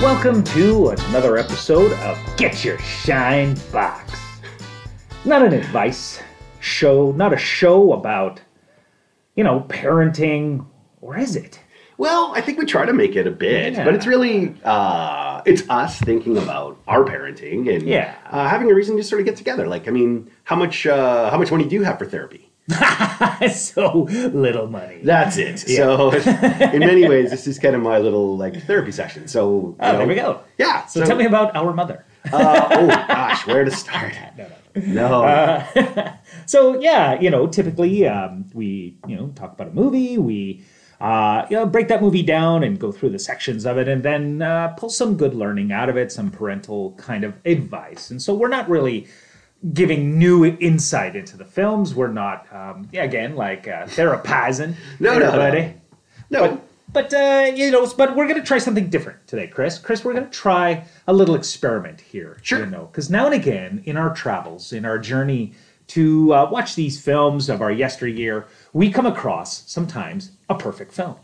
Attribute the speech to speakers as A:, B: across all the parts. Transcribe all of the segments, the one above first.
A: Welcome to another episode of Get Your Shine Box. Not an advice show, not a show about, you know, parenting, or is it?
B: Well, I think we try to make it a bit,
A: Yeah.
B: but it's really uh, it's us thinking about our parenting and
A: Yeah.
B: uh, having a reason to sort of get together. Like, I mean, how much uh, how much money do you have for therapy?
A: so little money.
B: That's it. So, in many ways, this is kind of my little like therapy session. So,
A: Oh,
B: you
A: there
B: know,
A: we go.
B: Yeah.
A: So, tell me about our mother.
B: uh, oh gosh, where to start?
A: No, no. Uh,
B: No.
A: So yeah, you know, typically um, we you know talk about a movie, we uh, you know break that movie down and go through the sections of it, and then uh, pull some good learning out of it, some parental kind of advice. And so we're not really giving new insight into the films. We're not um, yeah again like uh, therapizing
B: No, no, no.
A: everybody.
B: no.
A: But uh, you know, but we're gonna try something different today, Chris. Chris, we're gonna try a little experiment here.
B: Sure.
A: You know, because now and again in our travels, in our journey to uh, watch these films of our yesteryear, we come across sometimes a perfect film.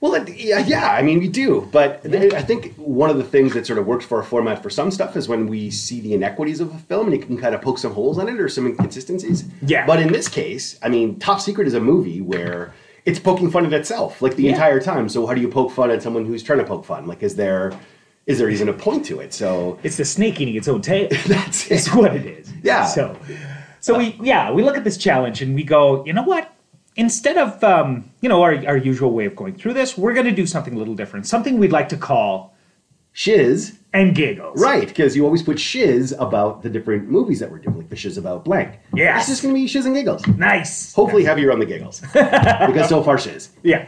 B: Well, it- yeah, yeah, I mean, we do. But th- I think one of the things that sort of works for our format for some stuff is when we see the inequities of a film and you can kind of poke some holes in it or some inconsistencies.
A: Yeah.
B: But in this case, I mean, Top Secret is a movie where it's poking fun at itself like the entire time. So how do you poke fun at someone who's trying to poke fun? Like, is there is there even a point to it? So
A: It's the snake eating its own tail.
B: that's it.
A: It's what it is.
B: Yeah.
A: So, so we yeah we look at this challenge and we go, you know what? Instead of um, you know our, our usual way of going through this, we're gonna do something a little different, something we'd like to call
B: Shiz.
A: and giggles.
B: Right, because you always put shiz about the different movies that we're doing, like the shiz about blank.
A: Yes.
B: It's just going to be shiz and giggles.
A: Nice.
B: Hopefully, heavier on the giggles. because so far, shiz.
A: Yeah.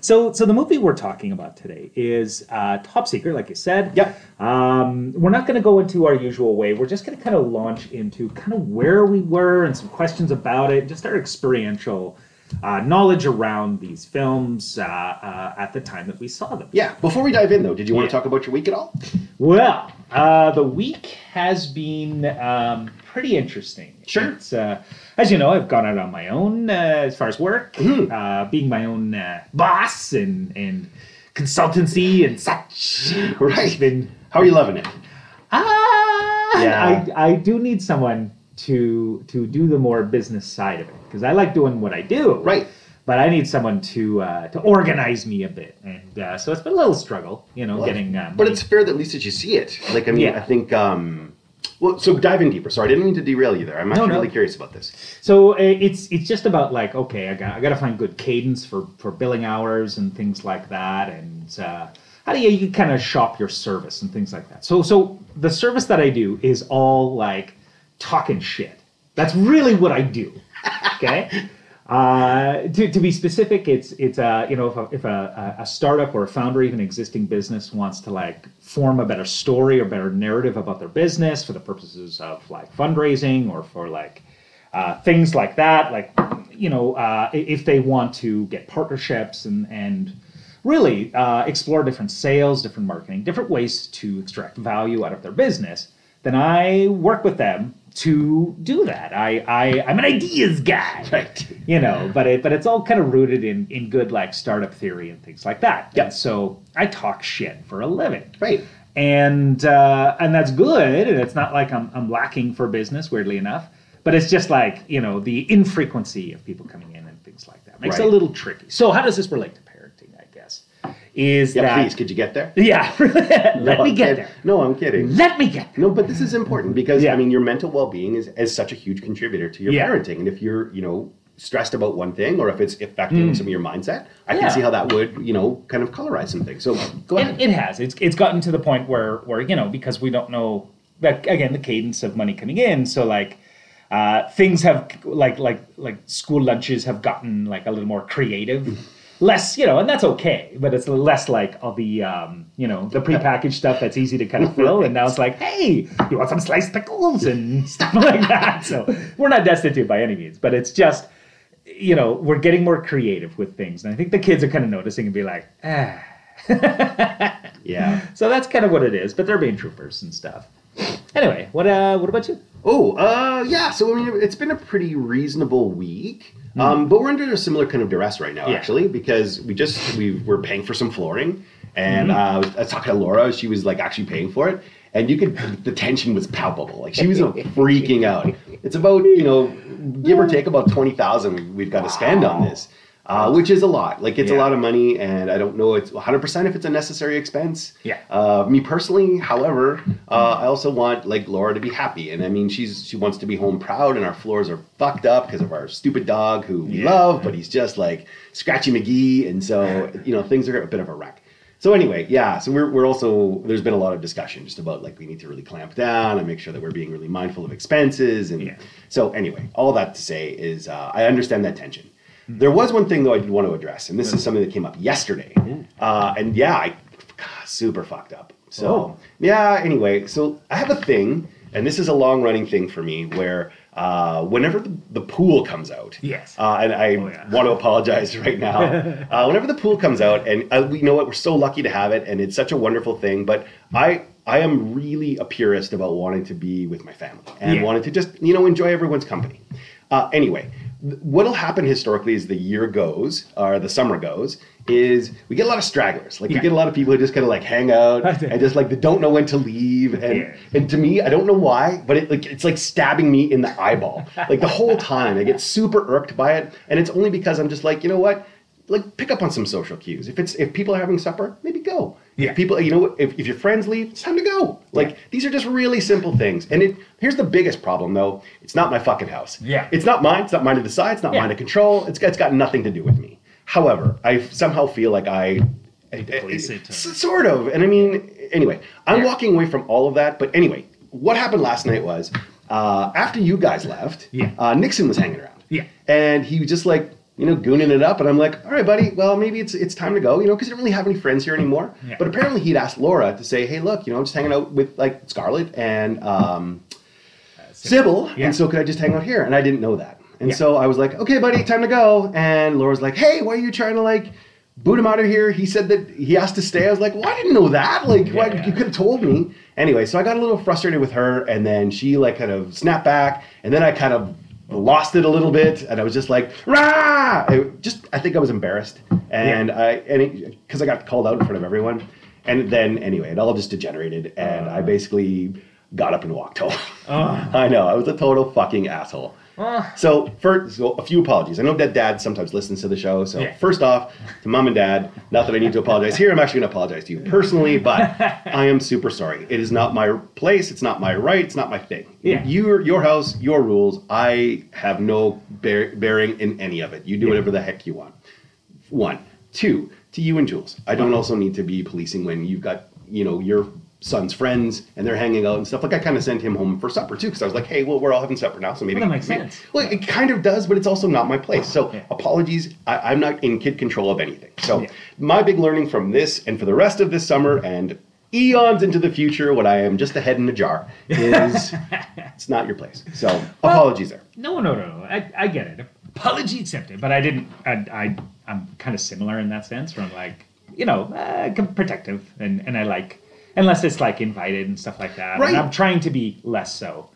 A: So, so the movie we're talking about today is uh, Top Secret, like you said.
B: Yep.
A: Um, we're not going to go into our usual way. We're just going to kind of launch into kind of where we were and some questions about it, just our experiential uh, knowledge around these films uh, uh, at the time that we saw them.
B: Yeah. Before we dive in, though, did you want
A: Yeah.
B: to talk about your week at all?
A: Well, uh, the week has been um, pretty interesting.
B: Sure.
A: It's, uh, as you know, I've gone out on my own uh, as far as work, uh, being my own uh, boss and and consultancy and such. It's
B: Right.
A: been
B: How are you loving it?
A: ah,
B: Yeah.
A: I I do need someone to to do the more business side of it because I like doing what I do.
B: Right.
A: But I need someone to uh, to organize me a bit, and uh, so it's been a little struggle, you know, getting. Uh,
B: But it's fair that at least that you see it. Like, I mean,
A: Yeah.
B: I think. um Well, so dive in deeper. Sorry, I didn't mean to derail you there. I'm actually
A: no.
B: really curious about this.
A: So i- it's it's just about like okay, I got I got to find good cadence for for billing hours and things like that, and uh, how do you, you kind of shop your service and things like that. So so the service that I do is all like talking shit. That's really what I do. Okay. Uh, to, to be specific, it's it's uh, you know if a, if a, a a startup or a founder, even existing business, wants to like form a better story or better narrative about their business for the purposes of like fundraising or for like uh, things like that, like you know uh, i- if they want to get partnerships and and really uh, explore different sales, different marketing, different ways to extract value out of their business, then I work with them to do that. I, I I'm an ideas guy
B: Right.
A: you know but it but it's all kind of rooted in in good like startup theory and things like that
B: Yeah.
A: And so i talk shit for a living
B: Right.
A: and uh and that's good and it's not like i'm i'm lacking for business weirdly enough but it's just like you know the infrequency of people coming in and things like that makes it a
B: Right.
A: little tricky so how does this relate to parenting i guess is
B: Yeah,
A: that
B: please, could you get there?
A: yeah let
B: No,
A: me
B: I'm
A: get
B: kid-
A: there
B: No, I'm kidding.
A: let me get there
B: No, but this is important because
A: Yeah.
B: I mean, your mental well-being is, is such a huge contributor to your
A: Yeah.
B: parenting, and if you're, you know, stressed about one thing or if it's affecting some of your mindset, I
A: Hmm. Yeah.
B: can see how that would, you know, kind of colorize some things. So go ahead.
A: It, it has. It's it's gotten to the point where where you know because we don't know that again the cadence of money coming in. So like uh, things have like like like school lunches have gotten like a little more creative. Less, you know, and that's okay, but it's less like all the, um, you know, the prepackaged stuff that's easy to kind of fill. And now it's like, hey, you want some sliced pickles and stuff like that. So we're not destitute by any means, but it's just, you know, we're getting more creative with things. And I think the kids are kind of noticing and be like, ah,
B: yeah.
A: so that's kind of what it is, but they're being troopers and stuff. Anyway, what uh, what about you?
B: Oh, uh, yeah. So I mean, it's been a pretty reasonable week, um, but we're under a similar kind of duress right now,
A: Hmm. Yeah.
B: actually, because we just we were paying for some flooring,
A: Hmm.
B: And uh, I was talking to Laura, she was like actually paying for it, and you could the tension was palpable. Like she was uh, freaking out. It's about you know give or take about twenty thousand we've got to spend on this, uh, which is a lot. Like it's a
A: Yeah.
B: lot of money, and I don't know it's one hundred percent if it's a necessary expense.
A: Yeah.
B: Uh, me personally, however, uh, I also want like Laura to be happy, and I mean she's she wants to be home proud, and our floors are fucked up because of our stupid dog who we
A: Yeah.
B: love, but he's just like Scratchy McGee, and so you know things are a bit of a wreck. So anyway, yeah. So we're, we're also there's been a lot of discussion just about like we need to really clamp down and make sure that we're being really mindful of expenses. And
A: Yeah.
B: so anyway, all that to say is uh, I understand that tension. There was one thing though I did want to address, and this is something that came up yesterday. Uh, and yeah, I super fucked up. So
A: Oh.
B: yeah. Anyway, so I have a thing, and this is a long running thing for me where. Uh, whenever the, the pool comes out,
A: Yes.
B: uh, and I
A: Oh, yeah.
B: want to apologize right now. uh, whenever the pool comes out, and uh, we know what we're so lucky to have it, and it's such a wonderful thing. But I, I am really a purist about wanting to be with my family and
A: Yeah.
B: wanting to just you know enjoy everyone's company. Uh, anyway, th- what'll happen historically as the year goes or the summer goes is we get a lot of stragglers. Like we
A: Yeah.
B: get a lot of people who just kind of like hang out and just like they don't know when to leave. And
A: Yeah.
B: and to me, I don't know why, but it like it's like stabbing me in the eyeball. Like the whole time, I get super irked by it, and it's only because I'm just like, you know what? Like pick up on some social cues. If it's if people are having supper, maybe go.
A: Yeah.
B: If people, you know, what? if, if your friends leave, it's time to go. Like these are just really simple things. And it here's the biggest problem though. It's not my fucking house.
A: Yeah.
B: It's not mine. It's not mine to decide. It's not
A: Yeah.
B: mine to control. It's it's got nothing to do with me. However, I somehow feel like I. I- I-
A: police it.
B: s- sort of. And I mean, anyway, I'm
A: Yeah.
B: walking away from all of that. But anyway, what happened last night was uh, after you guys left,
A: Yeah.
B: uh, Nixon was hanging around.
A: Yeah.
B: And he was just like, you know, gooning it up. And I'm like, all right, buddy, well, maybe it's it's time to go, you know, because I don't really have any friends here anymore.
A: Yeah.
B: But apparently he'd asked Laura to say, hey, look, you know, I'm just hanging out with like Scarlett and um, Sybil,
A: Yeah.
B: and so could I just hang out here? And I didn't know that. And
A: Yeah.
B: so I was like, okay, buddy, time to go. And Laura's like, hey, why are you trying to like boot him out of here? He said that he has to stay. I was like, well, I didn't know that. Like, why,
A: Yeah.
B: you could have told me. Anyway, so I got a little frustrated with her, and then she like kind of snapped back, and then I kind of lost it a little bit, and I was just like, rah! It just I think I was embarrassed, and I and because I got called out in front of everyone, and then anyway, it all just degenerated,
A: Uh.
B: and I basically got up and walked home.
A: Ugh.
B: I know I was a total fucking asshole.
A: Ah.
B: So, first, so a few apologies. I know that dad sometimes listens to the show. So,
A: Yeah.
B: first off, to mom and dad, not that I need to apologize here. I'm actually going to apologize to you personally, but I am super sorry. It is not my place. It's not my right. It's not my thing.
A: Yeah.
B: Your, your house, your rules. I have no bear, bearing in any of it. You do
A: Yeah.
B: whatever the heck you want. One. Two, to you and Jules. I don't also need to be policing when you've got, you know, your son's friends and they're hanging out and stuff. Like I kind of sent him home for supper too, because I was like, hey, well, we're all having supper now, so maybe
A: Well, that makes
B: maybe-
A: sense.
B: Well, it kind of does, but it's also not my place. So
A: Yeah.
B: apologies, I, I'm not in kid control of anything. So
A: Yeah.
B: my big learning from this and for the rest of this summer and eons into the future, when I am just a head in a jar, is it's not your place. So apologies there.
A: No, no, no, no. I, I get it. Apology accepted, but I didn't. I, I I'm kind of similar in that sense, where I'm like, you know, uh, com- protective, and and I like unless it's like invited and stuff like that.
B: Right.
A: And I'm trying to be less so,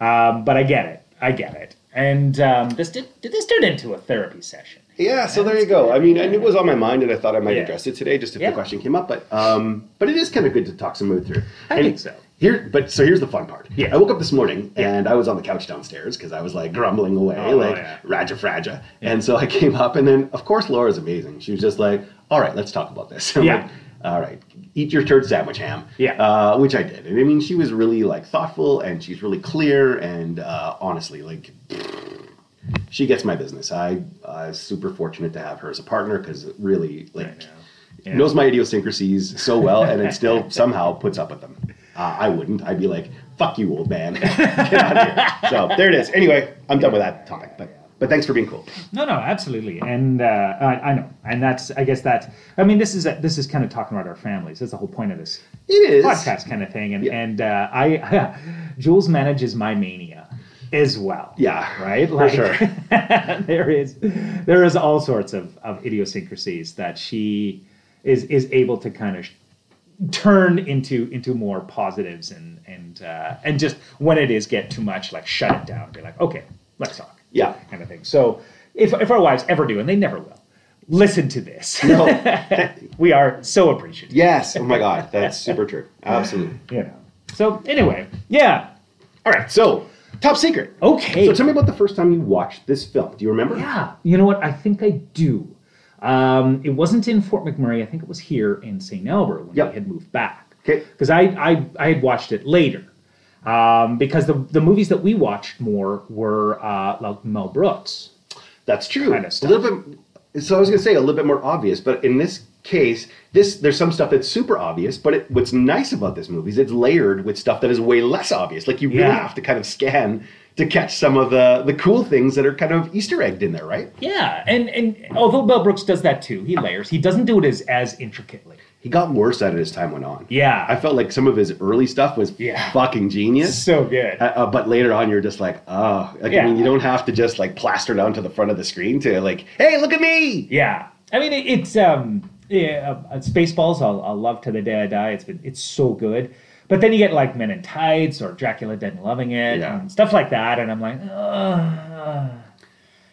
A: um, but I get it. I get it. And um, this did, did this turned into a therapy session.
B: Yeah, so there you go. I mean, and it was on my mind, and I thought I might
A: Yeah.
B: address it today, just if
A: Yeah.
B: the question came up. But um, but it is kind of good to talk some mood through.
A: I
B: And
A: think so.
B: Here, but so here's the fun part.
A: Yeah.
B: I woke up this morning
A: Yeah.
B: and I was on the couch downstairs because I was like grumbling away,
A: Oh,
B: like
A: yeah.
B: raja fraja. And so I came up, and then of course Laura's amazing. She was just like, "All right, let's talk about this." I'm
A: Yeah.
B: like, all right, eat your turd sandwich, ham.
A: Yeah.
B: Uh, which I did, and I mean, she was really like thoughtful, and she's really clear, and uh, honestly, like she gets my business. I I was super fortunate to have her as a partner because really
A: I
B: like
A: know. Yeah.
B: knows my idiosyncrasies so well, and it still somehow puts up with them. Uh, I wouldn't. I'd be like, "Fuck you, old man." Get out of here. So there it is. Anyway, I'm done with that topic. But but thanks for being cool.
A: No, no, absolutely, and uh, I, I know, and that's I guess that I mean this is this is kind of talking about our families. That's the whole point of this
B: It is.
A: podcast kind of thing. And
B: Yeah.
A: and uh, I Jules manages my mania as well.
B: Yeah.
A: Right?
B: For sure.
A: there is there is all sorts of, of idiosyncrasies that she is is able to kind of turn into into more positives and and uh, and just when it is get too much like shut it down be like okay let's talk
B: Yeah.
A: kind of thing so if if our wives ever do and they never will listen to this.
B: No.
A: we are so appreciative.
B: Oh, yes. Oh my God. That's super true. Absolutely.
A: You know. So anyway, yeah. All right.
B: So, top secret.
A: Okay.
B: So tell me about the first time you watched this film. Do you remember?
A: Yeah, you know what? I think I do. Um, it wasn't in Fort McMurray. I think it was here in St. Albert when
B: Yep.
A: we had moved back.
B: 'Kay.
A: Because I, I I had watched it later. Um, because the the movies that we watched more were uh, like Mel Brooks.
B: That's true.
A: Kind of stuff.
B: A little bit. So I was going to say a little bit more obvious, but in this case, this there's some stuff that's super obvious. But it, what's nice about this movie is it's layered with stuff that is way less obvious. Like you really
A: Yeah.
B: have to kind of scan to catch some of the the cool things that are kind of Easter egged in there, right?
A: Yeah, and and although Mel Brooks does that too, he layers. He doesn't do it as as intricately.
B: He got worse at it as time went on.
A: Yeah,
B: I felt like some of his early stuff was
A: Yeah.
B: fucking genius.
A: so good.
B: Uh, uh, but later on, you're just like, oh, like, I
A: Yeah.
B: mean, you don't have to just like plaster down to the front of the screen to like, hey, look at me.
A: Yeah, I mean it, it's um yeah, uh, Spaceballs. I'll, I'll love to the day I die. It's been it's so good. But then you get like Men in Tights or Dracula Dead and Loving It
B: Yeah.
A: and stuff like that, and I'm like, Ugh.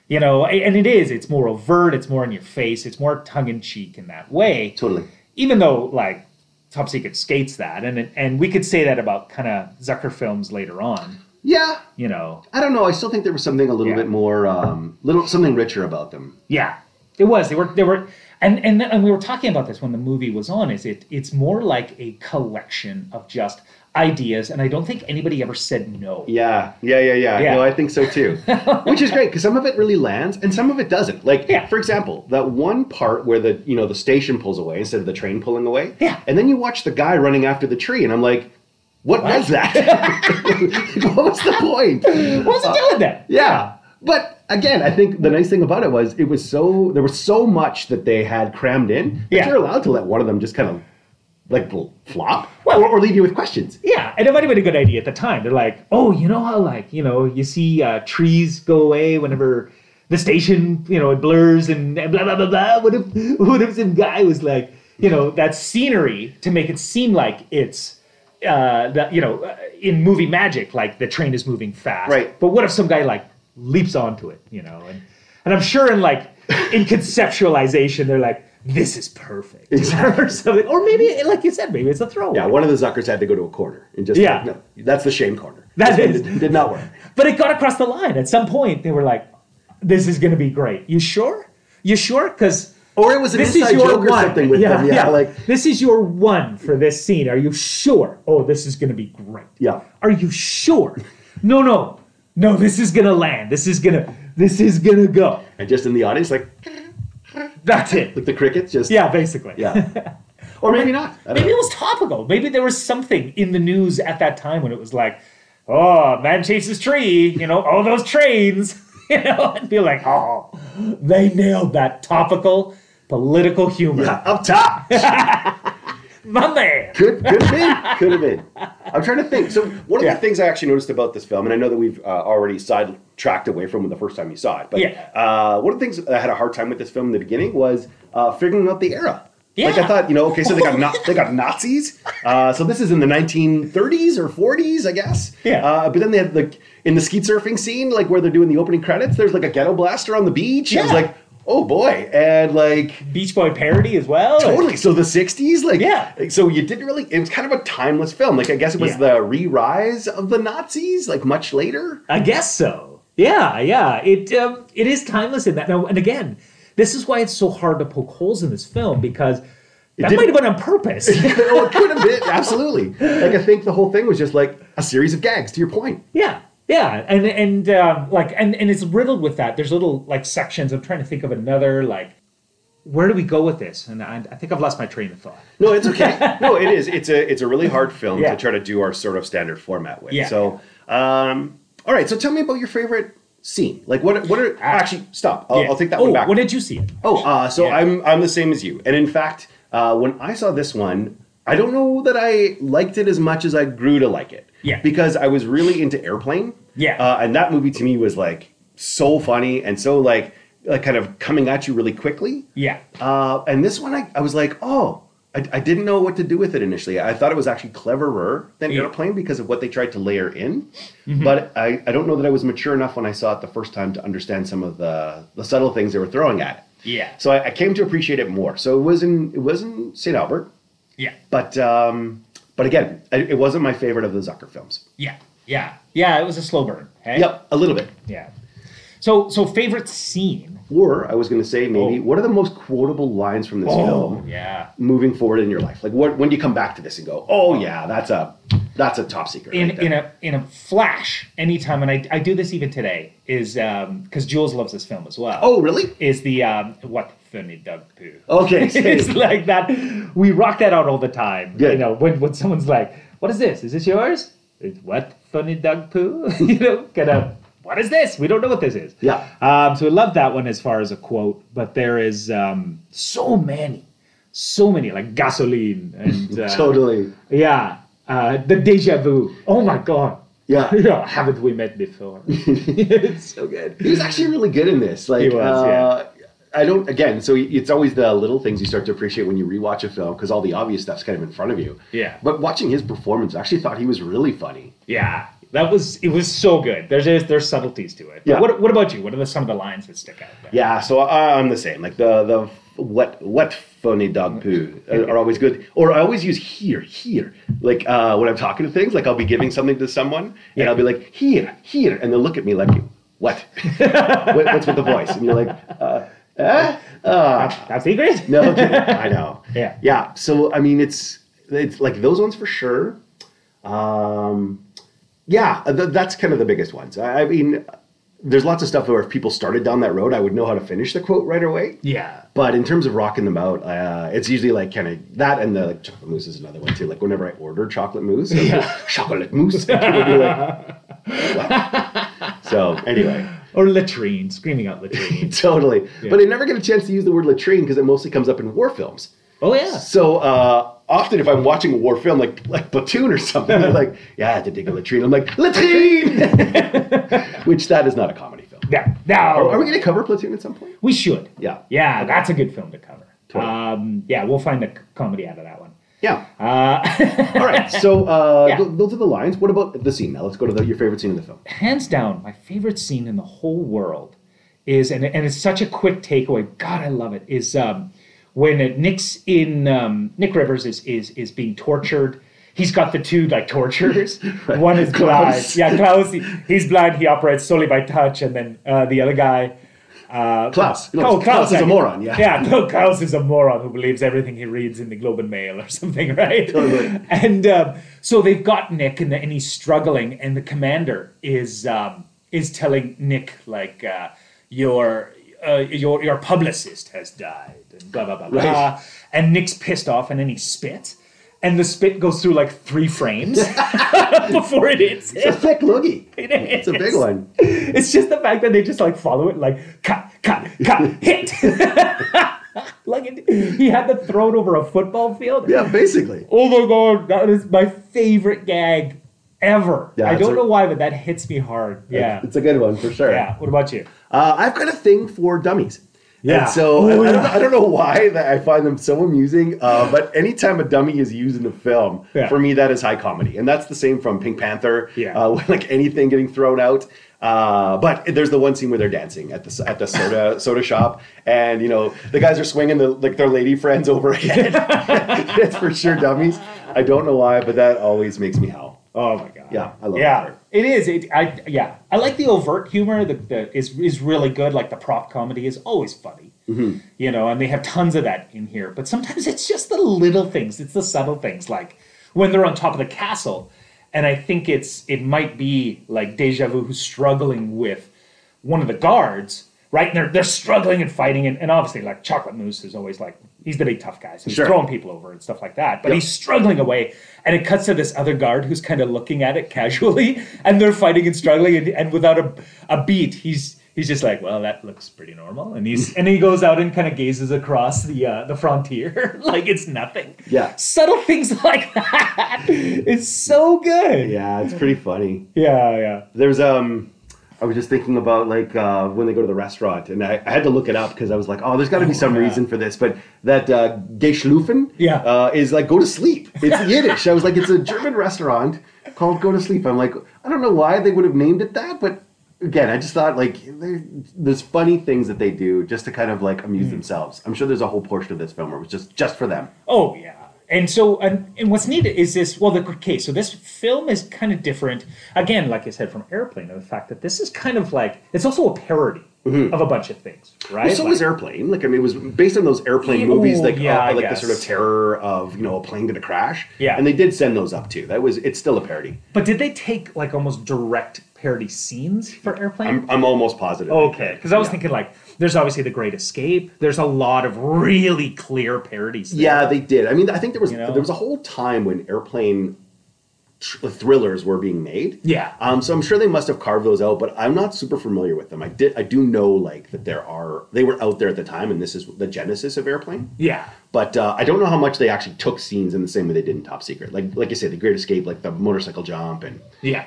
A: you know, a- and it is. It's more overt. It's more in your face. It's more tongue in cheek in that way.
B: Totally.
A: Even though like Top Secret skates that, and it- and we could say that about kind of Zucker films later on.
B: Yeah,
A: You know,
B: I don't know. I still think there was something a little
A: Yeah.
B: bit more, um, little something richer about them.
A: Yeah, it was. They were. They were. And and and we were talking about this when the movie was on. Is it? It's more like a collection of just ideas, and I don't think anybody ever said no.
B: Yeah, yeah, yeah, yeah.
A: Yeah.
B: No, I think so too. Which is great because some of it really lands and some of it doesn't. Like,
A: Yeah.
B: for example, that one part where the you know the station pulls away instead of the train pulling away.
A: Yeah.
B: And then you watch the guy running after the tree, and I'm like, what, was that? what was the point?
A: What was it doing then?
B: Yeah. But again, I think the nice thing about it was it was so there was so much that they had crammed in that
A: Yeah.
B: you're allowed to let one of them just kind of like bl- flop
A: Well-
B: or, or leave you with questions.
A: Yeah, and it might have been a good idea at the time. They're like, oh, you know how like you know you see uh, trees go away whenever the station you know it blurs and blah blah blah blah. What if what if some guy was like you know that scenery to make it seem like it's uh that you know uh, in movie magic like the train is moving fast.
B: Right.
A: But what if some guy like leaps onto it? You know, and and I'm sure in like in conceptualization they're like. This is perfect,
B: Exactly.
A: or something, or maybe, like you said, maybe it's a throwaway.
B: Yeah, one of the Zuckers had to go to a corner and just
A: Yeah.
B: like, no, that's the shame corner.
A: That
B: This one
A: is-
B: did, did not work.
A: But it got across the line. At some point, they were like, "This is going to be great." You sure? You sure? Because
B: Or it was an
A: this is
B: inside
A: your
B: joke
A: one.
B: or something with
A: yeah,
B: them. Yeah, like
A: this is your one for this scene. Are you sure? Oh, this is going to be great.
B: Yeah.
A: Are you sure? No, no, no. This is going to land. This is going to. This is going to go.
B: and just in the audience, like
A: That's it.
B: like the crickets just
A: Yeah, basically.
B: yeah. or maybe not. I don't
A: Maybe
B: know.
A: it was topical. Maybe there was something in the news at that time when it was like, "Oh, man chases tree," you know, all those trains, you know, and be like, "Oh, they nailed that topical political humor,
B: Yeah, up top.
A: my man."
B: could could have been could have been i'm trying to think so one of
A: Yeah.
B: the things i actually noticed about this film and i know that we've uh, already sidetracked away from the first time you saw it but
A: Yeah.
B: uh, one of the things i had a hard time with this film in the beginning was uh, figuring out the era like
A: Yeah.
B: i thought you know okay so they got na- they got nazis uh, so this is in the 1930s or 40s i guess
A: Yeah.
B: uh, but then they had like in the skeet surfing scene like where they're doing the opening credits there's like a ghetto blaster on the beach i was
A: Yeah.
B: like oh boy and like
A: Beach Boy parody as well.
B: Totally. So the '60s, like
A: Yeah.
B: like, so you didn't really. It was kind of a timeless film. Like I guess it was
A: Yeah.
B: the re-rise of the Nazis, like much later.
A: I guess so. Yeah, yeah. It um, it is timeless in that. Now, and again, this is why it's so hard to poke holes in this film because that
B: didn't-
A: might have been on purpose.
B: oh, it could have been absolutely. Like I think the whole thing was just like a series of gags. To your point,
A: Yeah, yeah, and and um, like and and it's riddled with that. There's little like sections. I'm trying to think of another like. Where do we go with this? And I, I think I've lost my train of thought.
B: No, it's okay. no, it is. It's a it's a really hard film
A: Yeah.
B: to try to do our sort of standard format with.
A: Yeah.
B: So, um, all right. So tell me about your favorite scene. Like what what are actually stop. I'll,
A: Ah. Yeah.
B: I'll take that
A: oh,
B: one back.
A: When did you see it?
B: Oh, uh, so
A: Yeah.
B: I'm I'm the same as you. And in fact, uh, when I saw this one, I don't know that I liked it as much as I grew to like it.
A: Yeah.
B: Because I was really into Airplane.
A: Yeah.
B: Uh, and that movie to me was like so funny and so like like kind of coming at you really quickly.
A: Yeah,
B: Uh, and this one, I, I was like, oh, I, I didn't know what to do with it initially. I thought it was actually cleverer than
A: Yeah. Mm-hmm.
B: Airplane because of what they tried to layer in. But I, I don't know that I was mature enough when I saw it the first time to understand some of the, the subtle things they were throwing at it.
A: Yeah.
B: So I, I came to appreciate it more. So it was in it was in St. Albert,
A: Yeah.
B: but um, but again, it, it wasn't my favorite of the Zucker films.
A: Yeah. Yeah. Yeah. It was a slow burn. Hey?
B: Yep, a little bit.
A: Yeah. So so favorite scene.
B: Or I was going to say maybe
A: Oh.
B: what are the most quotable lines from this film
A: yeah.
B: moving forward in your life? Like what when do you come back to this and go, oh yeah, that's a that's a top secret.
A: in,
B: right there."
A: in a in a flash anytime and I, I do this even today is um because jules loves this film as well
B: oh really?
A: is the um what funny dog poo
B: Okay,
A: it's
B: same.
A: like that we rock that out all the time you
B: Good.
A: know when, when someone's like what is this is this yours it's what funny dog poo you know kind of what is this we don't know what this is
B: Yeah.
A: um so i love that one as far as a quote but there is um so many so many like gasoline and uh,
B: totally.
A: yeah, uh, the deja vu. Oh my god.
B: Yeah.
A: Yeah, haven't we met before? it's so good.
B: He was actually really good in this. Like,
A: He was,
B: uh, I don't. Again, so it's always the little things you start to appreciate when you rewatch a film because all the obvious stuff's kind of in front of you.
A: Yeah.
B: But watching his performance, I actually thought he was really funny.
A: Yeah, that was it. Was so good. There's there's, there's subtleties to it. But
B: Yeah.
A: What what about you? What are the, some of the lines that stick out? There?
B: Yeah. So I, I'm the same. Like the the what what funny dog poo uh, are always good. Or I always use here here. Like uh, when I'm talking to things, like I'll be giving something to someone
A: Yeah.
B: and I'll be like here here, and they'll look at me like what? what what's with the voice? And you're like. Uh, eh? uh,
A: That's secret.
B: No, I'm kidding. I know.
A: Yeah.
B: yeah. So I mean, it's it's like those ones for sure. Um, yeah, uh, th- that's kind of the biggest ones. I, I mean, there's lots of stuff where if people started down that road, I would know how to finish the quote right away.
A: Yeah.
B: But in terms of rocking them out, uh, it's usually like kind of that, and the like, chocolate mousse is another one too. Like whenever I order chocolate mousse, I'm like, chocolate mousse, people be like, "What?" so anyway.
A: Or latrine, screaming out latrine.
B: Totally,
A: Yeah.
B: but I never get a chance to use the word latrine because it mostly comes up in war films.
A: oh yeah.
B: So uh, often, if I'm watching a war film, like like Platoon or something, they're like, "Yeah, I had to dig a latrine." I'm like, "Latrine," which that is not a comedy film.
A: Yeah. No.
B: Are we going to cover Platoon at some point?
A: We should.
B: Yeah.
A: Yeah, that's a good film to cover.
B: Totally.
A: Um, yeah, we'll find the c- comedy out of that one.
B: Yeah.
A: Uh,
B: All right. So uh,
A: Yeah.
B: th- those are the lines. What about the scene now? Let's go to the, your favorite scene in the film.
A: hands down, my favorite scene in the whole world is, and, and it's such a quick takeaway. God, I love it. Is um, when uh, Nick's in um, Nick Rivers is is is being tortured. He's got the two like torturers. One is blind.
B: Klaus.
A: Yeah, Klaus. He, he's blind. He operates solely by touch, and then uh, the other guy. Uh,
B: Klaus. No,
A: oh, Klaus,
B: Klaus is
A: yeah.
B: a moron, yeah.
A: yeah. No, Klaus is a moron who believes everything he reads in the Globe and Mail or something, right?
B: Totally.
A: And um, so they've got Nick, and, and he's struggling, and the commander is um, is telling Nick like uh, your uh, your your publicist has died, and blah blah blah blah.
B: Right.
A: And Nick's pissed off, and then he spits, and the spit goes through like three frames before it hits.
B: It's a thick loogie.
A: It is.
B: It's a big one.
A: It's just the fact that they just like follow it like cut, cut, cut, hit. like it, he had to throw it over a football field.
B: Yeah, basically.
A: Oh my god, that is my favorite gag ever.
B: Yeah,
A: I
B: it's
A: don't
B: a-
A: know why, but that hits me hard. Yeah.
B: It's a good one for sure.
A: yeah. What about you?
B: Uh, I've got a thing for dummies.
A: Yeah.
B: And so
A: Ooh,
B: I, I, don't,
A: yeah.
B: I don't know why that I find them so amusing, uh, but anytime a dummy is used in a film,
A: Yeah.
B: for me that is high comedy, and that's the same from Pink Panther.
A: Yeah.
B: uh, when, like anything getting thrown out. Uh, but there's the one scene where they're dancing at the s- at the soda soda shop, and you know the guys are swinging the, like their lady friends overhead. That's for sure dummies. I don't know why, but that always makes me howl.
A: Oh my god.
B: Yeah, I love
A: yeah.
B: that part.
A: It is. It I yeah. I like the overt humor that the, is is really good. Like the prop comedy is always funny.
B: Mm-hmm.
A: You know, and they have tons of that in here. But sometimes it's just the little things. It's the subtle things, like when they're on top of the castle. And I think it's it might be like Deja Vu who's struggling with one of the guards, right? And they're they're struggling and fighting, and, and obviously like Chocolate Moose is always like he's the big tough guy, so he's
B: Sure.
A: throwing people over and stuff like that. But he's struggling away, and it cuts to this other guard who's kind of looking at it casually, and they're fighting and struggling, and, and without a, a beat, he's he's just like, well, that looks pretty normal, and he's and he goes out and kind of gazes across the uh, the frontier like it's nothing.
B: Yeah.
A: subtle things like that is so good.
B: Yeah, it's pretty funny.
A: yeah, yeah.
B: There's um, I was just thinking about like uh, when they go to the restaurant, and I, I had to look it up because I was like, oh, there's got to be some
A: yeah.
B: reason for this. But that uh, Geschlufen,
A: Yeah.
B: uh, is like go to sleep. It's Yiddish. I was like, it's a German restaurant called Go to Sleep. I'm like, I don't know why they would have named it that, but again, I just thought like there- there's funny things that they do just to kind of like amuse
A: Mm.
B: themselves. I'm sure there's a whole portion of this film where it was just just for them.
A: Oh yeah. And so, and, and what's neat is this. Well, the okay. So this film is kind of different. Again, like I said, from Airplane, and the fact that this is kind of like it's also a parody of a bunch of things, right?
B: Mm-hmm. Well, so
A: Like-
B: was Airplane. Like I mean, it was based on those airplane
A: Yeah,
B: movies,
A: ooh,
B: like
A: yeah,
B: uh,
A: I
B: like
A: guess.
B: the sort of terror of you know a plane gonna crash.
A: Yeah.
B: and they did send those up too. That was it's still a parody.
A: but did they take like almost direct parody scenes for Airplane?
B: I'm, I'm almost positive. they
A: Okay,
B: did.
A: because I was
B: Yeah.
A: thinking like, there's obviously the Great Escape. There's a lot of really clear parodies. there.
B: Yeah, they did. I mean, I think there was
A: You know?
B: there was a whole time when airplane tr- uh, thrillers were being made.
A: Yeah.
B: Um, so I'm sure they must have carved those out, but I'm not super familiar with them. I did I do know like that there are they were out there at the time, and this is the genesis of airplane.
A: yeah,
B: But uh, I don't know how much they actually took scenes in the same way they did in Top Secret. Like like you said, the Great Escape, like the motorcycle jump, and
A: yeah.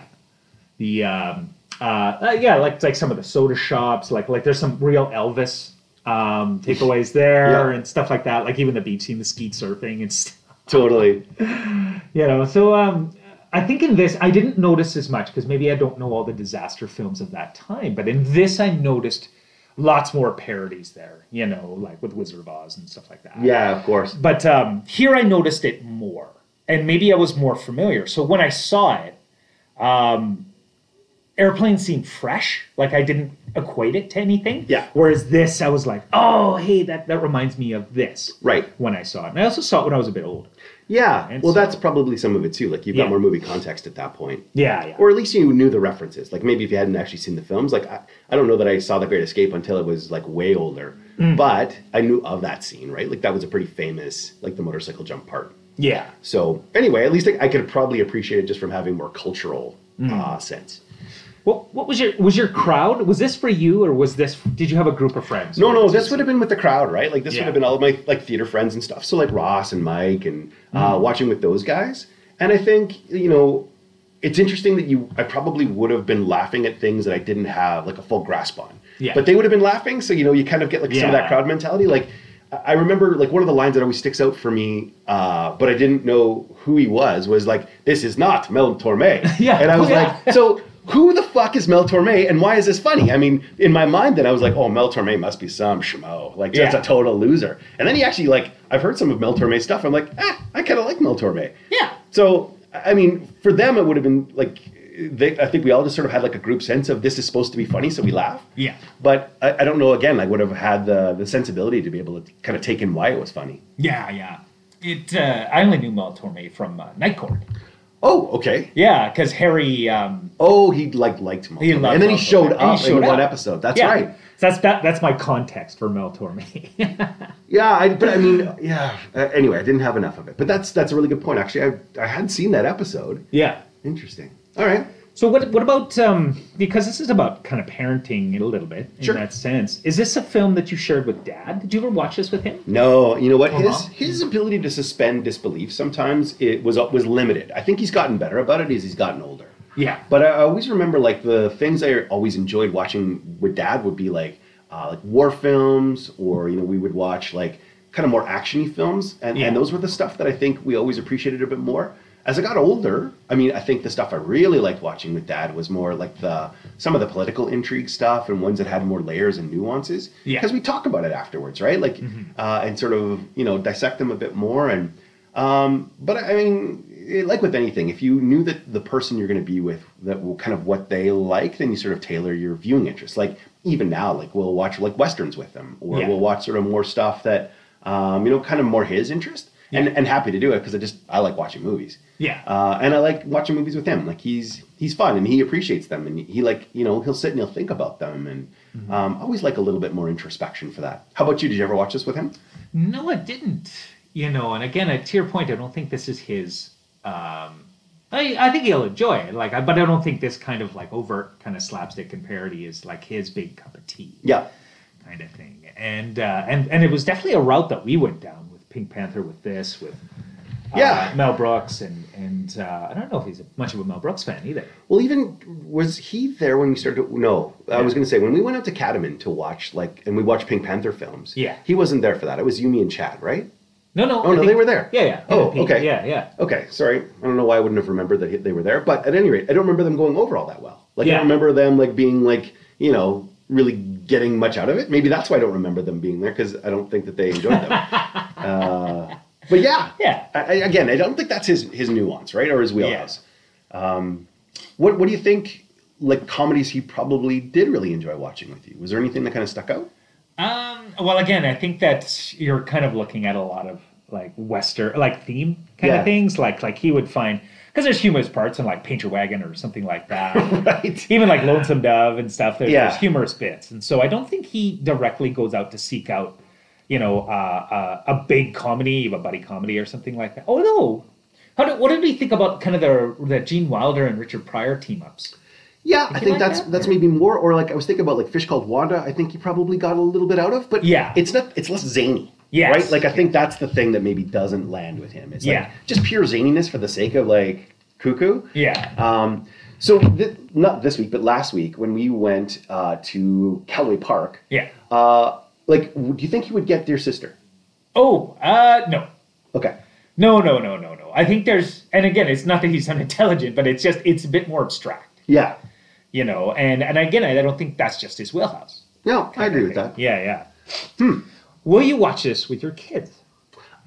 A: The um, uh, uh, yeah, like like some of the soda shops, like like there's some real Elvis um, takeaways there
B: Yeah.
A: and stuff like that. Like even the beach scene, the skeet surfing, and st-
B: totally.
A: you know. So um, I think in this I didn't notice as much because maybe I don't know all the disaster films of that time. But in this I noticed lots more parodies there. You know, like with Wizard of Oz and stuff like that.
B: Yeah, of course.
A: But um, here I noticed it more, and maybe I was more familiar. So when I saw it, um, airplane seemed fresh, like I didn't equate it to anything.
B: Yeah.
A: Whereas this, I was like, oh, hey, that that reminds me of this.
B: Right.
A: When I saw it, and I also saw it when I was a bit older.
B: Yeah.
A: And
B: well,
A: so-
B: that's probably some of it too. Like you've
A: Yeah.
B: got more movie context at that point.
A: Yeah, yeah.
B: or at least you knew the references. Like maybe if you hadn't actually seen the films, like I, I don't know that I saw The Great Escape until it was like way older,
A: Mm.
B: but I knew of that scene, right? Like that was a pretty famous, like the motorcycle jump part.
A: yeah.
B: So anyway, at least I, I could probably appreciate it just from having more cultural
A: Mm.
B: uh, sense.
A: What what was your was your crowd? Was this for you, or was this? Did you have a group of friends?
B: No, no, this would have been with the crowd, right? Like this
A: Yeah.
B: would have been all of my like theater friends and stuff. So like Ross and Mike and uh,
A: Mm-hmm.
B: watching with those guys. And I think you know, it's interesting that you. I probably would have been laughing at things that I didn't have like a full grasp on.
A: Yeah.
B: But they would have been laughing, so you know, you kind of get like some of
A: Yeah.
B: that crowd mentality. Like I I remember like one of the lines that always sticks out for me, uh, but I didn't know who he was. Was like, "This is not Mel Torme."
A: Yeah.
B: And I was
A: Yeah.
B: like, so who the fuck is Mel Torme and why is this funny? I mean, in my mind, then I was like, oh, Mel Torme must be some schmo, like just
A: Yeah.
B: a total loser. And then he actually like, I've heard some of Mel Torme's stuff. I'm like, ah, I kind of like Mel Torme.
A: Yeah.
B: So I mean, for them, it would have been like, they, I think we all just sort of had like a group sense of this is supposed to be funny, so we laugh.
A: Yeah.
B: But I, I don't know. Again, I would have had the the sensibility to be able to kind of take in why it was funny.
A: Yeah, yeah. It. Uh, I only knew Mel Torme from uh, Night Court.
B: Oh, okay.
A: Yeah, because Harry. Um,
B: Oh, he like liked Mel.
A: He
B: Torme.
A: loved
B: and then he
A: Mel
B: showed
A: Torme. And he
B: up
A: showed
B: in one
A: up.
B: episode. That's
A: yeah.
B: right.
A: So that's that. That's my context for Mel Torme.
B: Yeah, I, but I mean, yeah. Uh, anyway, I didn't have enough of it, but that's that's a really good point. Actually, I I had seen that episode.
A: yeah.
B: Interesting. All right.
A: So what what about um because this is about kind of parenting a little bit
B: Sure.
A: in that sense. Is this a film that you shared with dad? Did you ever watch this with him?
B: No, you know what? His
A: Uh-huh.
B: his ability to suspend disbelief sometimes it was was limited. I think he's gotten better about it as he's gotten older.
A: Yeah.
B: But I I always remember like the things I always enjoyed watching with dad would be like uh, like war films, or you know we would watch like kind of more actiony films, and,
A: Yeah.
B: and those were the stuff that I think we always appreciated a bit more. As I got older, I mean, I think the stuff I really liked watching with dad was more like the some of the political intrigue stuff and ones that had more layers and nuances.
A: Yeah. Mm-hmm.
B: Because we talk about it afterwards, right? Like, uh, and sort of you know dissect them a bit more. And um, but I mean, it, like with anything, if you knew that the person you're going to be with, that will kind of what they like, then you sort of tailor your viewing interests. Like even now, like we'll watch like westerns with them, or
A: Yeah.
B: we'll watch sort of more stuff that um, you know kind of more his interest. And,
A: Yeah.
B: and happy to do it because I just I like watching movies.
A: Yeah.
B: Uh, and I like watching movies with him. Like he's he's fun and he appreciates them and he like you know he'll sit and he'll think about them and
A: Mm-hmm.
B: um, I always like a little bit more introspection for that. How about you? Did you ever watch this with him?
A: No, it didn't. You know, and again, uh, to your point, I don't think this is his. Um, I, I think he'll enjoy it, like, I, but I don't think this kind of like overt kind of slapstick and parody is like his big cup of tea.
B: Yeah.
A: kind of thing. And uh, and and it was definitely a route that we went down with Pink Panther, with this, with uh,
B: Yeah.
A: Mel Brooks, and and uh, I don't know if he's much of a Mel Brooks fan either.
B: Well, even was he there when you started? To, no, I was
A: Yeah.
B: going to say when we went out to Cataman to watch like and we watched Pink Panther films.
A: Yeah.
B: He wasn't there for that. It was Yumi and Chad, right?
A: No, no,
B: Oh, no, they were there.
A: Yeah, yeah.
B: Oh,
A: Pink-
B: okay.
A: Yeah, yeah.
B: Okay, sorry. I don't know why I wouldn't have remembered that he- they were there, but at any rate, I don't remember them going over all that well. Like I
A: Yeah.
B: don't remember them like being like you know really getting much out of it. Maybe that's why I don't remember them being there because I don't think that they enjoyed them. uh, but yeah,
A: Yeah.
B: I, I- again, I don't think that's his his nuance, right, or his wheelhouse. Um, what what do you think? Like comedies, he probably did really enjoy watching with you. Was there anything that kind of stuck out?
A: Um, well, again, I think that you're kind of looking at a lot of like Western, like theme kind
B: Yeah.
A: of things. Like like he would find because there's humorous parts in like Paint Your Wagon or something like that.
B: Right.
A: Even like Lonesome Dove and stuff. There's,
B: Yeah.
A: there's humorous bits, and so I don't think he directly goes out to seek out, you know, uh, uh, a big comedy, a buddy comedy or something like that. Oh no. How did, what did we think about kind of the the Gene Wilder and Richard Pryor team ups?
B: Yeah,
A: you
B: I think
A: like
B: that's
A: that?
B: that's maybe more. Or like I was thinking about like Fish Called Wanda. I think he probably got a little bit out of, but
A: Yeah.
B: it's not. It's less zany.
A: Yes.
B: Right. Like I think that's the thing that maybe doesn't land with him. It's
A: Yeah.
B: like just pure zaniness for the sake of like cuckoo.
A: Yeah.
B: Um, so th- not this week, but last week when we went uh, to Calway Park,
A: yeah.
B: uh, like, w- do you think he would get Dear Sister?
A: Oh, uh, no.
B: Okay.
A: No, no, no, no, no. I think there's, and again, it's not that he's unintelligent, but it's just it's a bit more abstract,
B: Yeah.
A: you know. And and again, I don't think that's just his wheelhouse.
B: No, I agree with that. Hmm.
A: Yeah, yeah. Will you watch this with your kids?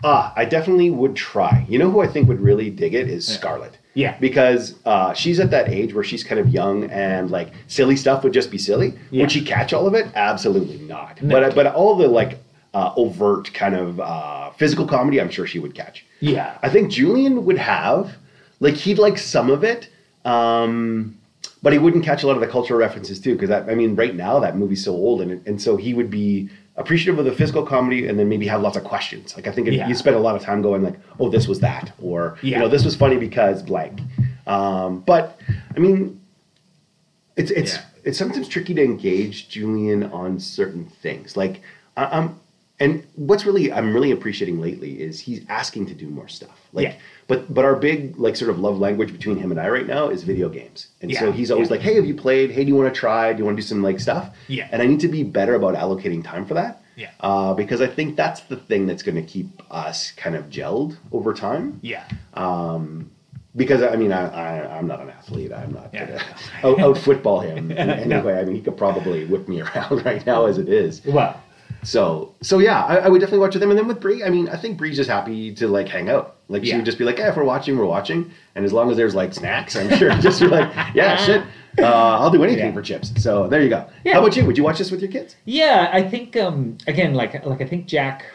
B: Ah, I definitely would try. You know who I think would really dig it is Scarlett.
A: Yeah.
B: Because uh, she's at that age where she's kind of young and like silly stuff would just be silly.
A: Yeah.
B: Would she catch all of it? Absolutely not. But but all the like uh, overt kind of uh, physical comedy, I'm sure she would catch.
A: Yeah.
B: I think Julian would have like he'd like some of it, um, but he wouldn't catch a lot of the cultural references too. Because I mean, right now that movie's so old, and it- and so he would be appreciative of the physical comedy, and then maybe have lots of questions. Like I think if
A: Yeah.
B: you spend a lot of time going like, oh, this was that, or you
A: Yeah.
B: know, this was funny because blank. Um, but I mean, it's it's
A: Yeah.
B: it's sometimes tricky to engage Julian on certain things. Like I, I'm, and what's really I'm really appreciating lately is he's asking to do more stuff. Like,
A: Yeah.
B: but but our big like sort of love language between him and I right now is video games, and so
A: Yeah,
B: he's always
A: yeah.
B: like, hey, have you played? Hey, do you want to try? Do you want to do some like stuff?
A: Yeah.
B: And I need to be better about allocating time for that.
A: Yeah.
B: Uh, because I think that's the thing that's going to keep us kind of gelled over time
A: Yeah.
B: because I mean I, I I'm not an athlete. I'm not
A: Yeah.
B: gonna out, out football him in any way. I mean he could probably whip me around right now as it is.
A: Well,
B: So so yeah, I, I would definitely watch with him. And then with Bree, I mean I think Bree's just happy to like hang out. Like she
A: Yeah.
B: would just be like, yeah, if we're watching, we're watching. And as long as there's like snacks, I'm sure just be like, yeah, shit, uh, I'll do anything
A: Yeah.
B: for chips. So there you go.
A: Yeah.
B: How about you? Would you watch this with your kids?
A: yeah. I think um again, like like I think Jack,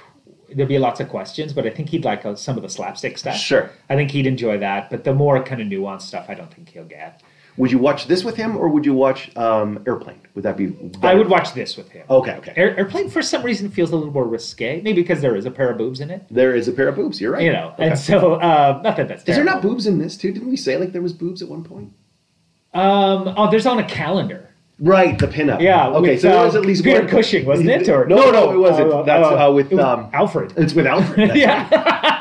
A: there'd be lots of questions, but I think he'd like uh, some of the slapstick stuff.
B: Sure.
A: I think he'd enjoy that, but the more kind of nuanced stuff, I don't think he'll get.
B: Would you watch this with him, or would you watch um, Airplane? Would that be?
A: I would watch this with him.
B: Okay, okay.
A: Air, airplane for some reason feels a little more risque, maybe because there is a pair of boobs in it.
B: there is a pair of boobs. You're right.
A: you know.
B: Okay.
A: And so, uh, not that that's
B: Is there not
A: terrible.
B: boobs in this too? Didn't we say like there was boobs at one point?
A: Um, oh, there's on a calendar.
B: Right, the pinup.
A: Yeah.
B: Okay,
A: with,
B: so there
A: um,
B: was at least
A: Peter
B: one.
A: Cushing, wasn't it? Or
B: no, no, it wasn't.
A: Oh,
B: That's
A: oh,
B: uh, with
A: it was
B: um.
A: Alfred.
B: It's with Alfred. That's
A: yeah,
B: right.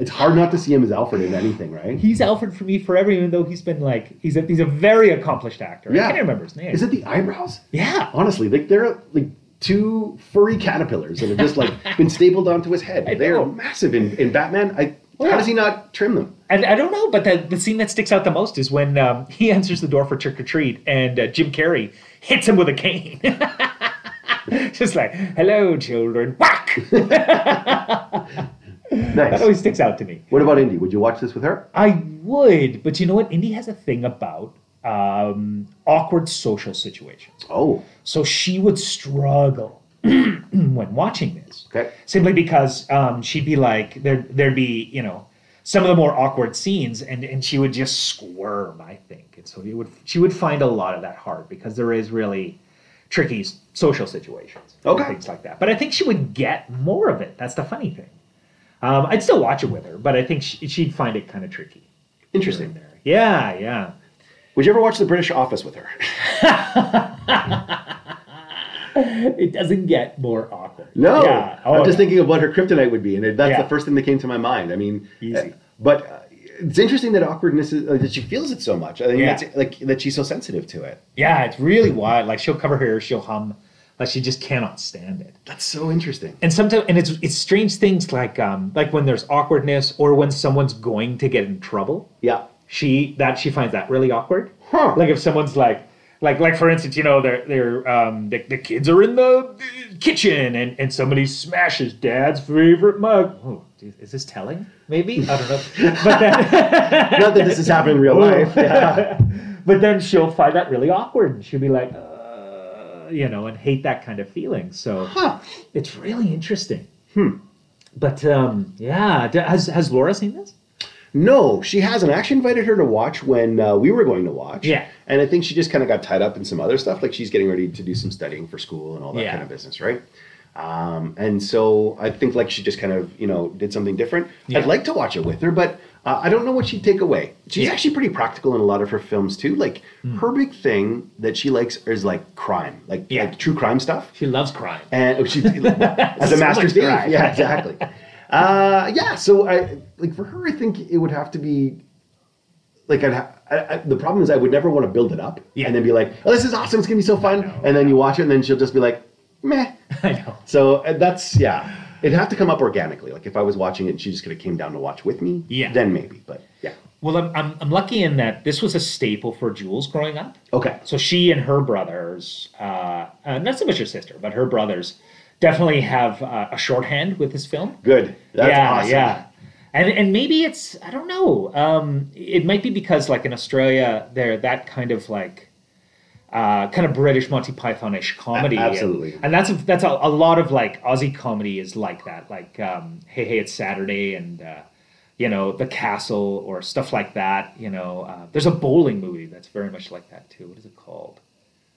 B: It's hard not to see him as Alfred in anything, right?
A: he's Alfred for me forever, even though he's been like he's a he's a very accomplished actor.
B: Yeah.
A: I can't remember his name.
B: Is it the eyebrows?
A: Yeah.
B: Honestly, like they're like two furry caterpillars that have just like been stapled onto his head.
A: I
B: They are
A: know. Oh,
B: massive in, in Batman. I
A: Yeah.
B: how does he not trim them?
A: And I don't know, but the, the scene that sticks out the most is when um, he answers the door for trick or treat, and uh, Jim Carrey hits him with a cane. Just like, "Hello, children!" Whack. That
B: Nice.
A: always sticks out to me.
B: What about Indy? Would you watch this with her?
A: I would, but you know what? Indy has a thing about um, awkward social situations.
B: Oh,
A: So she would struggle when watching this.
B: okay.
A: Simply because um, she'd be like, there, there'd be, you know, some of the more awkward scenes, and, and she would just squirm, I think. And so you would, she would find a lot of that hard because there is really tricky s- social situations and
B: Okay.
A: things like that. But I think she would get more of it. That's the funny thing. Um, I'd still watch it with her, but I think she, she'd find it kind of tricky.
B: Interesting.
A: Yeah, yeah.
B: Would you ever watch The British Office with her?
A: It doesn't get more awkward.
B: No,
A: Yeah. Oh,
B: I'm just
A: yeah.
B: thinking of what her kryptonite would be, and that's
A: Yeah.
B: the first thing that came to my mind. I mean,
A: Easy.
B: uh, but uh, it's interesting that awkwardness is, uh, that she feels it so much. I think
A: Yeah.
B: that's like that she's so sensitive to it.
A: Yeah, it's really wild. Like she'll cover her ears, she'll hum, like she just cannot stand it.
B: That's so interesting.
A: And sometimes, and it's it's strange things like um like when there's awkwardness or when someone's going to get in trouble.
B: Yeah,
A: she that she finds that really awkward.
B: Huh.
A: Like if someone's like, like, like for instance, you know, they're they're um, the, the kids are in the uh, kitchen and and somebody smashes dad's favorite mug. Oh, geez, is this telling? Maybe I don't know. but then,
B: Not that this has happened in real life. Yeah.
A: but then she'll find that really awkward and she'll be like, uh, you know, and hate that kind of feeling. So
B: Huh.
A: it's really interesting. Hmm. But um, yeah, d- has has Laura seen this?
B: No, she hasn't. I actually invited her to watch when uh, we were going to watch.
A: Yeah.
B: And I think she just kind of got tied up in some other stuff. Like she's getting ready to do some studying for school and all that
A: Yeah.
B: kind of business, right? Um, and so I think like she just kind of, you know, did something different.
A: Yeah.
B: I'd like to watch it with her, but uh, I don't know what she'd take away. She's
A: Yeah. Hmm.
B: actually pretty practical in a lot of her films too. Like her big thing that she likes is like crime, like,
A: Yeah.
B: like true crime stuff.
A: She loves crime.
B: And oh, she,
A: So
B: as a master's
A: much
B: thief.
A: pride.
B: Yeah, exactly. uh, yeah, so I like for her, I think it would have to be like I'd ha- I, I, the problem is I would never want to build it up
A: Yeah.
B: and then be like, oh, this is awesome, it's gonna be so fun, and then you watch it and then she'll just be like, meh.
A: I know.
B: So uh, that's yeah, it'd have to come up organically. Like if I was watching it, and she just kind of came down to watch with me.
A: Yeah.
B: Then maybe, but yeah.
A: Well, I'm, I'm, I'm lucky in that this was a staple for Jules growing up.
B: Okay.
A: So she and her brothers, uh, uh, not so much her sister, but her brothers, definitely have uh, a shorthand with this film.
B: Good. That's
A: yeah,
B: awesome.
A: yeah. And and maybe it's I don't know. Um, it might be because like in Australia, they're that kind of like. Uh, kind of British Monty Python-ish comedy, and-
B: absolutely.
A: and, that's a, that's a, a lot of like Aussie comedy is like that, like um, Hey Hey It's Saturday and uh, you know The Castle or stuff like that. You know, uh, there's a bowling movie that's very much like that too. What is it called?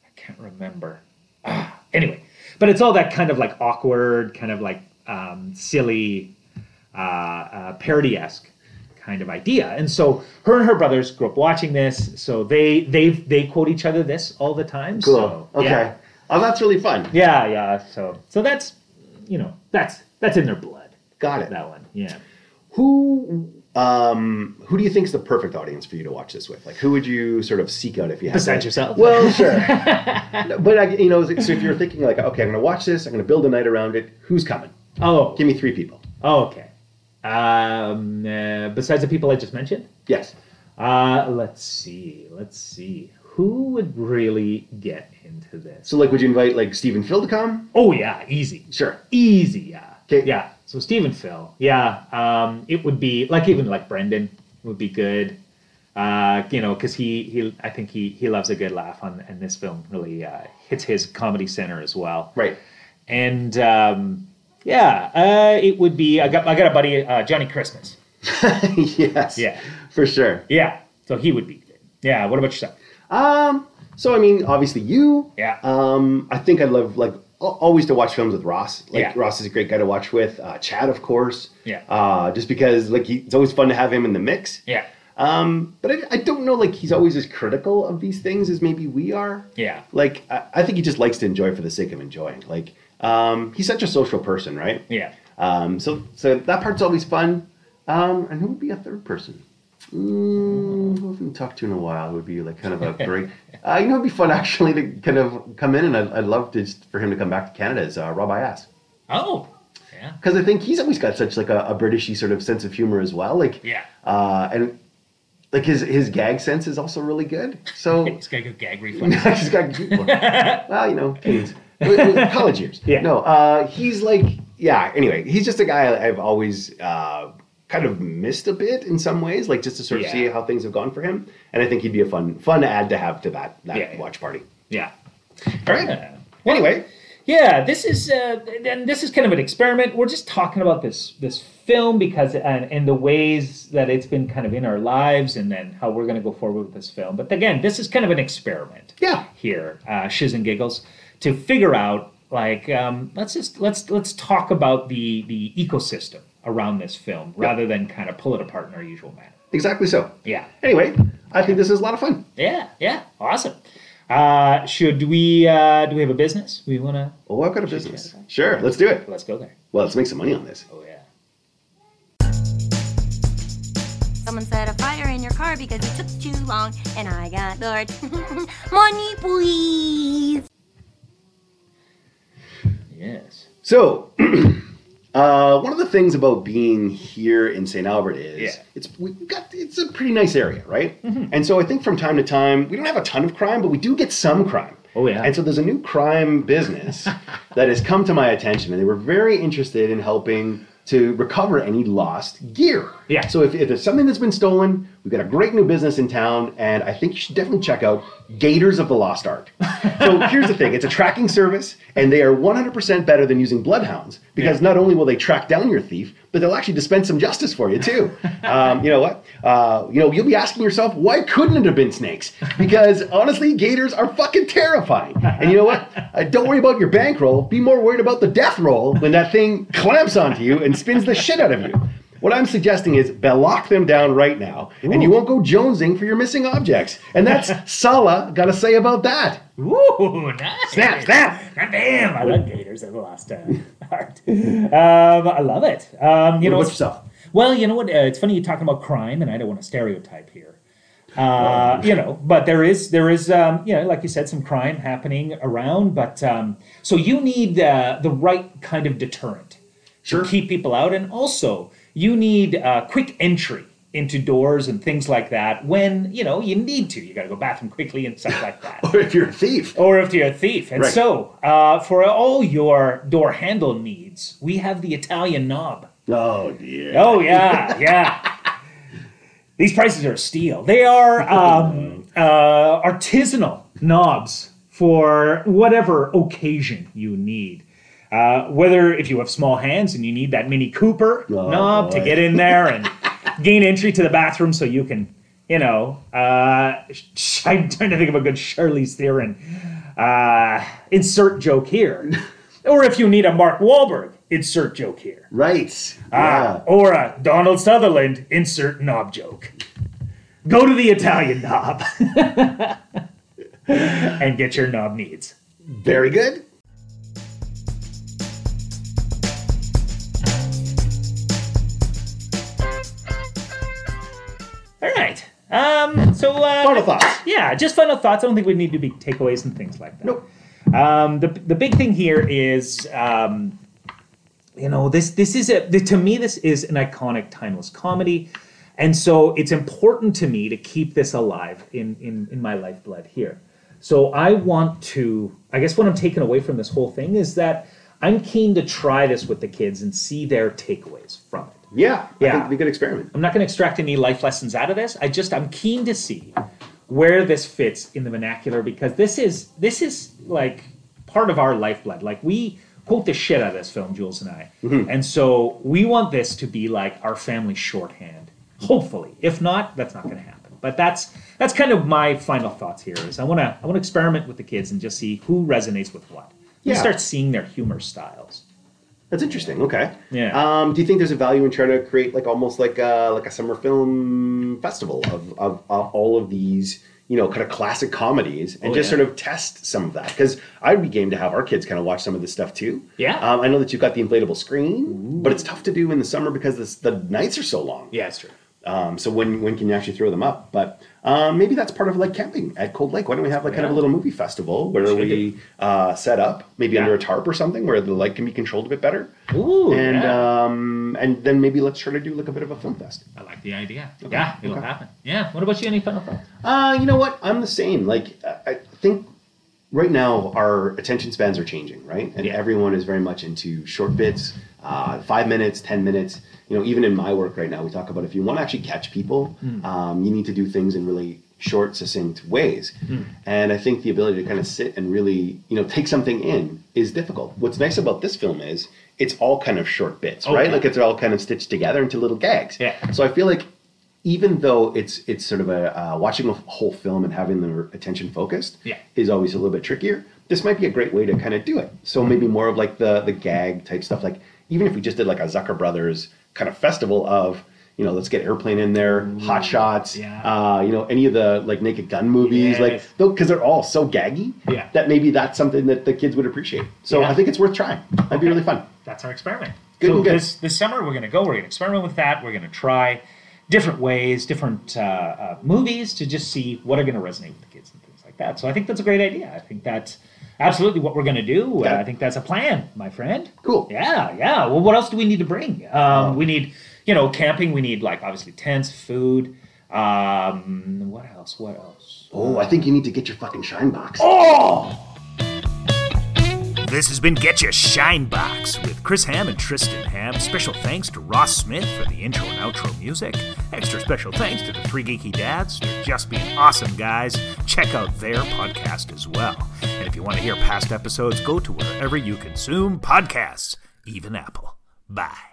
A: I can't remember. Ah, anyway, but it's all that kind of like awkward, kind of like um, silly, uh, uh, parody esque kind of idea. And so her and her brothers grew up watching this, so they they they quote each other this all the time. So,
B: Cool. okay.
A: Yeah.
B: Oh, that's really fun.
A: yeah, yeah. So so that's you know that's that's in their blood.
B: Got it.
A: That one. Yeah.
B: Who um who do you think is the perfect audience for you to watch this with? Like, who would you sort of seek out if you had
A: Besides yourself.
B: that? Well, sure, No, but I, you know, so if you're thinking like, okay, I'm going to watch this, I'm going to build a night around it. Who's coming?
A: Oh.
B: Give me three people.
A: oh okay. Um, uh, besides the people I just mentioned.
B: Yes.
A: Uh, let's see. Let's see. Who would really get into this?
B: So, like, would you invite like Stephen Phil to come?
A: Oh yeah, easy.
B: Sure.
A: Easy, yeah.
B: 'Kay.
A: Yeah. So Steve and Phil. Yeah. Um, it would be like even like Brendan would be good. Uh, you know, because he he I think he he loves a good laugh on and this film really uh, hits his comedy center as well.
B: Right.
A: And um, yeah, uh, it would be I got I got a buddy uh, Johnny Christmas.
B: yes.
A: Yeah.
B: For sure.
A: Yeah. So he would be good. Yeah. What about yourself?
B: Um. So I mean, obviously you.
A: Yeah.
B: Um. I think I love like al- always to watch films with Ross. Like
A: Yeah.
B: Ross is a great guy to watch with. Uh, Chad, of course.
A: Yeah.
B: Uh, just because like he, it's always fun to have him in the mix.
A: Yeah.
B: Um. But I, I don't know like he's always as critical of these things as maybe we are.
A: Yeah.
B: Like I, I think he just likes to enjoy for the sake of enjoying. Like um, he's such a social person, right?
A: Yeah.
B: Um. So so that part's always fun. Um. And who would be a third person? Mm, who haven't talked to in a while would be like kind of a great. Uh, you know, it'd be fun actually to kind of come in, and I'd, I'd love to just for him to come back to Canada is uh, Rob Ias
A: Oh. Yeah.
B: because I think he's always got such like a, a Britishy sort of sense of humor as well. Like
A: Yeah.
B: uh, and like his his gag sense is also really good. So
A: It's got good gag reflex.
B: he's got well, you know, kids. It was college years.
A: Yeah.
B: No, uh, he's like yeah. Anyway, he's just a guy I've always. Uh, Kind of missed a bit in some ways, like just to sort of
A: Yeah.
B: see how things have gone for him, and I think he'd be a fun, fun ad to have to that that
A: Yeah.
B: watch party.
A: yeah. Uh,
B: All right. Anyway,
A: Yeah, this is uh, and this is kind of an experiment. We're just talking about this this film because and, and the ways that it's been kind of in our lives, and then how we're going to go forward with this film. But again, this is kind of an experiment.
B: Yeah.
A: Here, uh, shiz and giggles to figure out like um, let's just let's let's talk about the the ecosystem around this film rather than kind of pull it apart in our usual manner.
B: exactly so.
A: Yeah.
B: Anyway, I think this is a lot of fun.
A: Yeah. Yeah. Awesome. Uh, should we uh, do we have a business? We want to
B: Well, I've got a business. Sure, let's do it.
A: let's go there.
B: Well, let's make some money on this.
A: Oh yeah.
C: Someone set a fire in your car because it took too long and I got bored. Money, please!
A: Yes.
B: So, Uh, one of the things about being here in St. Albert is
D: Yeah. Mm-hmm.
B: it's we've got it's a pretty nice area, right? And so I think from time to time we don't have a ton of crime, but we do get some crime.
D: Oh, yeah.
B: And so there's a new crime business that has come to my attention, and they were very interested in helping to recover any lost gear.
D: Yeah.
B: So if, if there's something that's been stolen, we've got a great new business in town, and I think you should definitely check out Gators of the Lost Art. so here's the thing it's a tracking service, and they are 100% better than using bloodhounds because
D: Yeah.
B: not only will they track down your thief, but they'll actually dispense some justice for you, too. um, you know what? Uh, you know, you'll be asking yourself, why couldn't it have been snakes? Because honestly, gators are fucking terrifying. And you know what? Uh, don't worry about your bankroll. Be more worried about the death roll when that thing clamps onto you and spins the shit out of you. What I'm suggesting is lock them down right now, and you won't go jonesing for your missing objects. And that's Sala got to say about that.
A: Ooh, nice.
B: Snap, snap.
A: Damn, I love Gators of the Lost uh, Art. Um, I love it. Um, you know,
B: What about yourself?
A: Well, you know what? Uh, it's funny you're talking about crime, and I don't want to stereotype here. Uh, you know, but there is there is um, you know, like you said, some crime happening around. But um, so you need uh, the right kind of deterrent
B: Sure.
A: to keep people out, and also you need uh, quick entry into doors and things like that when you know you need to. You got to go bathroom quickly and stuff like that
B: Or if you're a thief.
A: or if you're a thief. And
B: Right.
A: so, uh, for all your door handle needs, we have the Italian knob.
B: Oh dear.
A: Oh yeah, yeah. These prices are steel. They are um, uh, artisanal knobs for whatever occasion you need. Uh, whether if you have small hands and you need that Mini Cooper
B: Oh,
A: knob to
B: boy.
A: get in there and gain entry to the bathroom, so you can, you know, uh, sh- I'm trying to think of a good Charlize Theron uh, insert joke here, or if you need a Mark Wahlberg insert joke here.
B: Right.
A: Ah, or a Donald Sutherland insert knob joke. Go to the Italian knob and get your knob needs.
B: yeah. Very good.
A: All right. Um, so uh,
B: Final thoughts.
A: Yeah, just final thoughts. I don't think we need to be takeaways and things like that.
B: Nope.
A: Um, the the big thing here is, um, you know, this this is a the, to me this is an iconic, timeless comedy, and so it's important to me to keep this alive in in in my lifeblood here. So I want to. I guess what I'm taking away from this whole thing is that I'm keen to try this with the kids and see their takeaways from it.
B: Yeah. I
A: Yeah.
B: think it'd be a good experiment.
A: I'm not going to extract any life lessons out of this. I just I'm keen to see where this fits in the vernacular because this is this is like part of our lifeblood. Like we quote the shit out of this film, Jules and I, and so we want this to be like our family shorthand. Hopefully, if not, that's not going to happen. But that's that's kind of my final thoughts here. Is I want to I want to experiment with the kids and just see who resonates with what.
B: Yeah.
A: You start seeing their humor styles.
B: That's interesting. Okay.
A: Yeah.
B: Um, do you think there's a value in trying to create like almost like a, like a summer film festival of, of, of all of these you know kind of classic comedies and
A: Oh,
B: just
A: yeah.
B: sort of test some of that because I'd be game to have our kids kind of watch some of this stuff too.
A: Yeah.
B: Um, I know that you've got the inflatable screen, but it's tough to do in the summer because this, the nights are so long.
A: Yeah, it's true.
B: Um, so when when can you actually throw them up? But um, maybe that's part of like camping at Cold Lake. Why don't we have like kind of a
A: Yeah.
B: little movie festival where
A: Should
B: we uh, set up maybe
A: Yeah.
B: under a tarp or something where the light can be controlled a bit better,
A: Ooh,
B: and
A: yeah.
B: um, and then maybe let's try to do like a bit of a film fest.
D: I like the idea. Yeah, it'll
B: okay.
D: happen. Yeah. What about you? Any final thoughts?
B: Uh, you know what? I'm the same. Like I- I think right now our attention spans are changing, right? And
D: Yeah.
B: everyone is very much into short bits, uh, five minutes, ten minutes. You know, even in my work right now, we talk about if you want to actually catch people,
D: Hmm.
B: um, you need to do things in really short, succinct ways.
D: Hmm.
B: And I think the ability to kind of sit and really, you know, take something in is difficult. What's nice about this film is it's all kind of short bits,
D: Oh,
B: right?
D: yeah.
B: Like it's all kind of stitched together into little gags.
D: Yeah.
B: So I feel like even though it's it's sort of a uh, watching a whole film and having their attention focused
D: Yeah.
B: is always a little bit trickier. This might be a great way to kind of do it. So maybe more of like the the gag type stuff. Like even if we just did like a Zucker Brothers kind of festival of you know let's get airplane in there, hot shots,
D: yeah.
B: uh, you know any of the like Naked Gun movies, like
D: Yes.
B: because they're all so gaggy
D: Yeah.
B: that maybe that's something that the kids would appreciate. So
D: Yeah.
B: I think it's worth trying. That'd be really fun.
D: That's our experiment.
B: Good,
D: so
B: good.
D: this this summer we're gonna go. We're gonna experiment with that. We're gonna try different ways, different uh, uh, movies to just see what are gonna resonate with the kids and things like that. So I think that's a great idea. I think that
E: absolutely what we're going to do.
B: Got
E: Uh,
B: it.
E: I think that's a plan, my friend.
B: Cool.
E: Yeah, yeah. Well, what else do we need to bring? Um, we need, you know, camping. We need like obviously tents, food. Um, what else? What else?
B: Oh, I think you need to get your fucking shine box.
A: This has been Get Your Shine Box with Chris Ham and Tristan Ham. Special thanks to Ross Smith for the intro and outro music. Extra special thanks to the Three Geeky Dads. They're just being awesome guys. Check out their podcast as well. And if you want to hear past episodes, go to wherever you consume podcasts, even Apple. Bye.